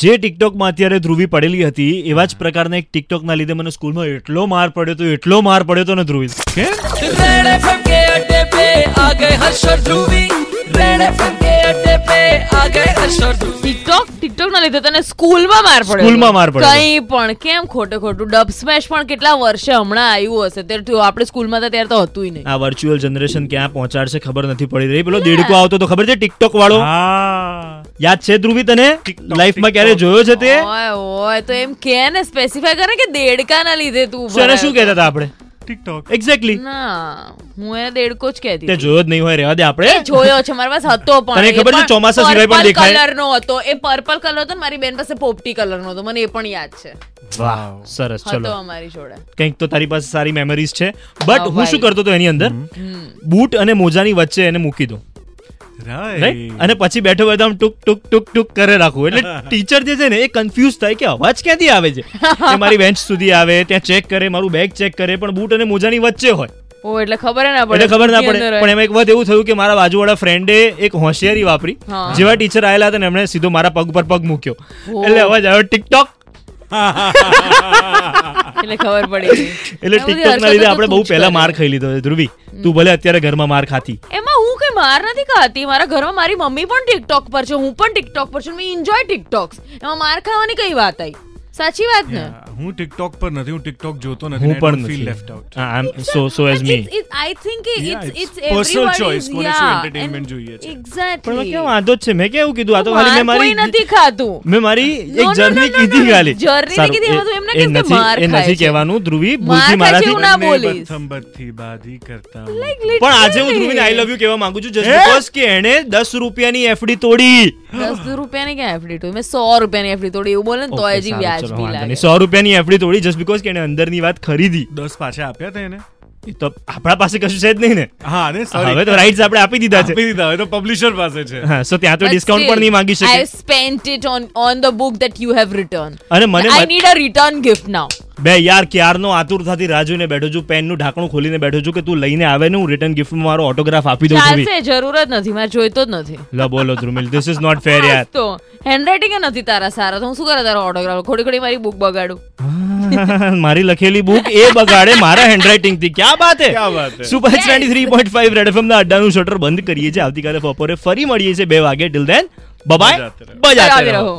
જે ટિકટોકમાં અત્યારે ધ્રુવી પડેલી હતી એવા જ પ્રકારના એક ટિકટોકના લીધે મને સ્કૂલમાં એટલો માર પડ્યો હતો એટલો માર પડ્યો હતો ને ધ્રુવી रेड एफएम के अड्डे पे आ गए हर्ष और ध्रुवी रेड एफएम के अड्डे पे आ गए हर्ष और ध्रुवी ટિકટોક ટિકટોક ના લીધે તને સ્કૂલમાં માર પડ્યો સ્કૂલમાં માર પડ્યો. કઈ પણ કેમ ખોટે ખોટું ડબ સ્મેશ પણ કેટલા વર્ષે હમણાં આવ્યું હશે ત્યારે થયું આપણે સ્કૂલમાં હતા ત્યારે તો હતું ય નહીં આ વર્ચ્યુઅલ જનરેશન ક્યાં પહોંચાડશે ખબર નથી પડી રહી પેલો દેડકો આવતો તો ખબર છે ટિકટોક વાળો હા યાદ છે ધ્રુવી તને TikTok, લાઈફમાં ક્યારે TikTok. જોયો છે તે ઓય ઓય તો એમ કે ને સ્પેસિફાય કરે કે દેડકાના લીધે તું શું એને ભરાયો શું કહેતા હતા આપણે ટિકટોક એક્ઝેક્ટલી ના હું એને દેડકો જ કહેતી તે હતી. જોયો જ નહીં હોય રહેવા દે એ આપણે જોયો છે મારી પાસે હતો પણ તને ખબર છે ચોમાસા સિવાય પણ દેખાય? કલર નો હતો એ પર્પલ કલર હતો ને મારી બેન પાસે પોપટી કલર નો હતો મને એ પણ યાદ છે વાહ સરસ હતો ચલો અમારી જોડે કંઈક તો તારી પાસે સારી મેમરીઝ છે હા, બટ હું શું ભાઈ. કરતો હતો એની અંદર બૂટ અને મોજાની વચ્ચે એને મૂકી દઉં રાઈટ રાઈટ અને પછી બેઠો બેઠો આમ ટુક ટુક ટુક ટુક કરે રાખું એટલે ટીચર જે છે ને એ કન્ફ્યુઝ થાય કે અવાજ ક્યાંથી આવે છે એ મારી બેન્ચ સુધી આવે ત્યાં ચેક કરે મારું બેગ ચેક કરે પણ બૂટ અને મોજાની વચ્ચે હોય ઓ એટલે ખબર ય ના પડે એટલે ખબર ના કે પડે અંદર પણ એમાં એક વાત એવું થયું કે મારા બાજુવાળા ફ્રેન્ડે એક હોશિયારી વાપરી હા. જેવા ટીચર આયેલા હતા ને એમણે સીધો મારા પગ પર પગ મૂક્યો એટલે અવાજ આવ્યો ટિકટોક એટલે ખબર પડી ગઈ. એટલે આ બધી ટિકટોક ના લીધે હરકતો આપણે તો બહુ તું જ પહેલા કરે. માર ખાઈ લીધો છે ધ્રુવી તું ભલે અત્યારે ઘરમાં માર ખાતી એમાં હું કઈ માર નથી ખાતી મારા ઘરમાં મારી મમ્મી પણ ટિકટોક પર છે હું પણ ટિકટોક પર છું મે એન્જોય ટિકટોક્સ એમાં માર ખાવાની કઈ વાત આવી સાચી વાત ને હું ટિકટોક પર નથી હું ટિકટોક જોતો નથી હું પણ ફીલ નથી left out I am so so as me I think Yeah, it's it's it's personal choice. કોને શું entertainment જોઈએ છે. એક્ઝેક્ટલી પણ કેમ વાંધો જ છે મેં કેવું કીધું આ તો ખાલી મેં મારી નથી ખાતું મેં મારી No, એક no, no, journey no, no, કીધી no. ખાલી Journey સારું, કીધી, એ- એમાં તો એમને એ કેમ કે નથી- માર એ ખાય નથી છે? કહેવાનું ધ્રુવી માર ભૂલથી ખાય મારાથી એવું ના બોલીશ. થી બાધી કરતા હું. પણ આજે હું ધ્રુવીને આઈ લવ યુ કહેવા માંગુ છું જસ્ટ બીકોઝ કે એણે 10 રૂપિયાની એફડી તોડી દસ રૂપિયાની ક્યાં એફડી તોડી મેં સો રૂપિયાની એફડી તોડી એવું બોલે ને તો Okay, હજી સારું, ચલો, વ્યાજબી વાંધો લાગે નહીં. 100 રૂપિયાની એફડી તોડી જસ્ટ બીકોઝ કે એણે અંદરની વાત ખરીદી દસ પાછા આપ્યા હતા એને એ તો આપણા પાસે કશું છે જ નહીં ને હા અરે sorry. હવે તો રાઇટ્સ આપણે આપી દીધા છે આપી દીધા હવે તો પબ્લિશર પાસે છે હા સો ત્યાં તો ડિસ્કાઉન્ટ પણ નહીં માંગી શકે I spent it on on the book that you have return અને મને I need a return gift now બે યાર ક્યારનો આતુરતાથી રાહ જોઈને બેઠો છું પેનનું ઢાંકણું ખોલીને બેઠો છું કે તું લઈને આવે ને હું રિટર્ન ગિફ્ટમાં મારો ઓટોગ્રાફ આપી દઉં છું ચાલશે જરૂર જ નથી મારે જોઈતો જ નથી લ બોલો Dhrumil this is not fair યાર તો હેન્ડરાઇટિંગ નથી તારા સારા તો હું શું કરે તારો ઓટોગ્રાફ ખોડી ખોડી મારી બુક બગાડું મારી લખેલી બુક એ બગાડે મારા હેન્ડરાઇટિંગ થી ક્યાં વાત હે ક્યા વાત હે. Super twenty three point five Red FM ના અડ્ડાનું શટર બંધ કરીએ છીએ આવતીકાલે બપોરે ફરી મળીએ છીએ બે વાગે ટિલ દેન બબાય બજાતે રહો. બજાતે બરાબર રહો રહો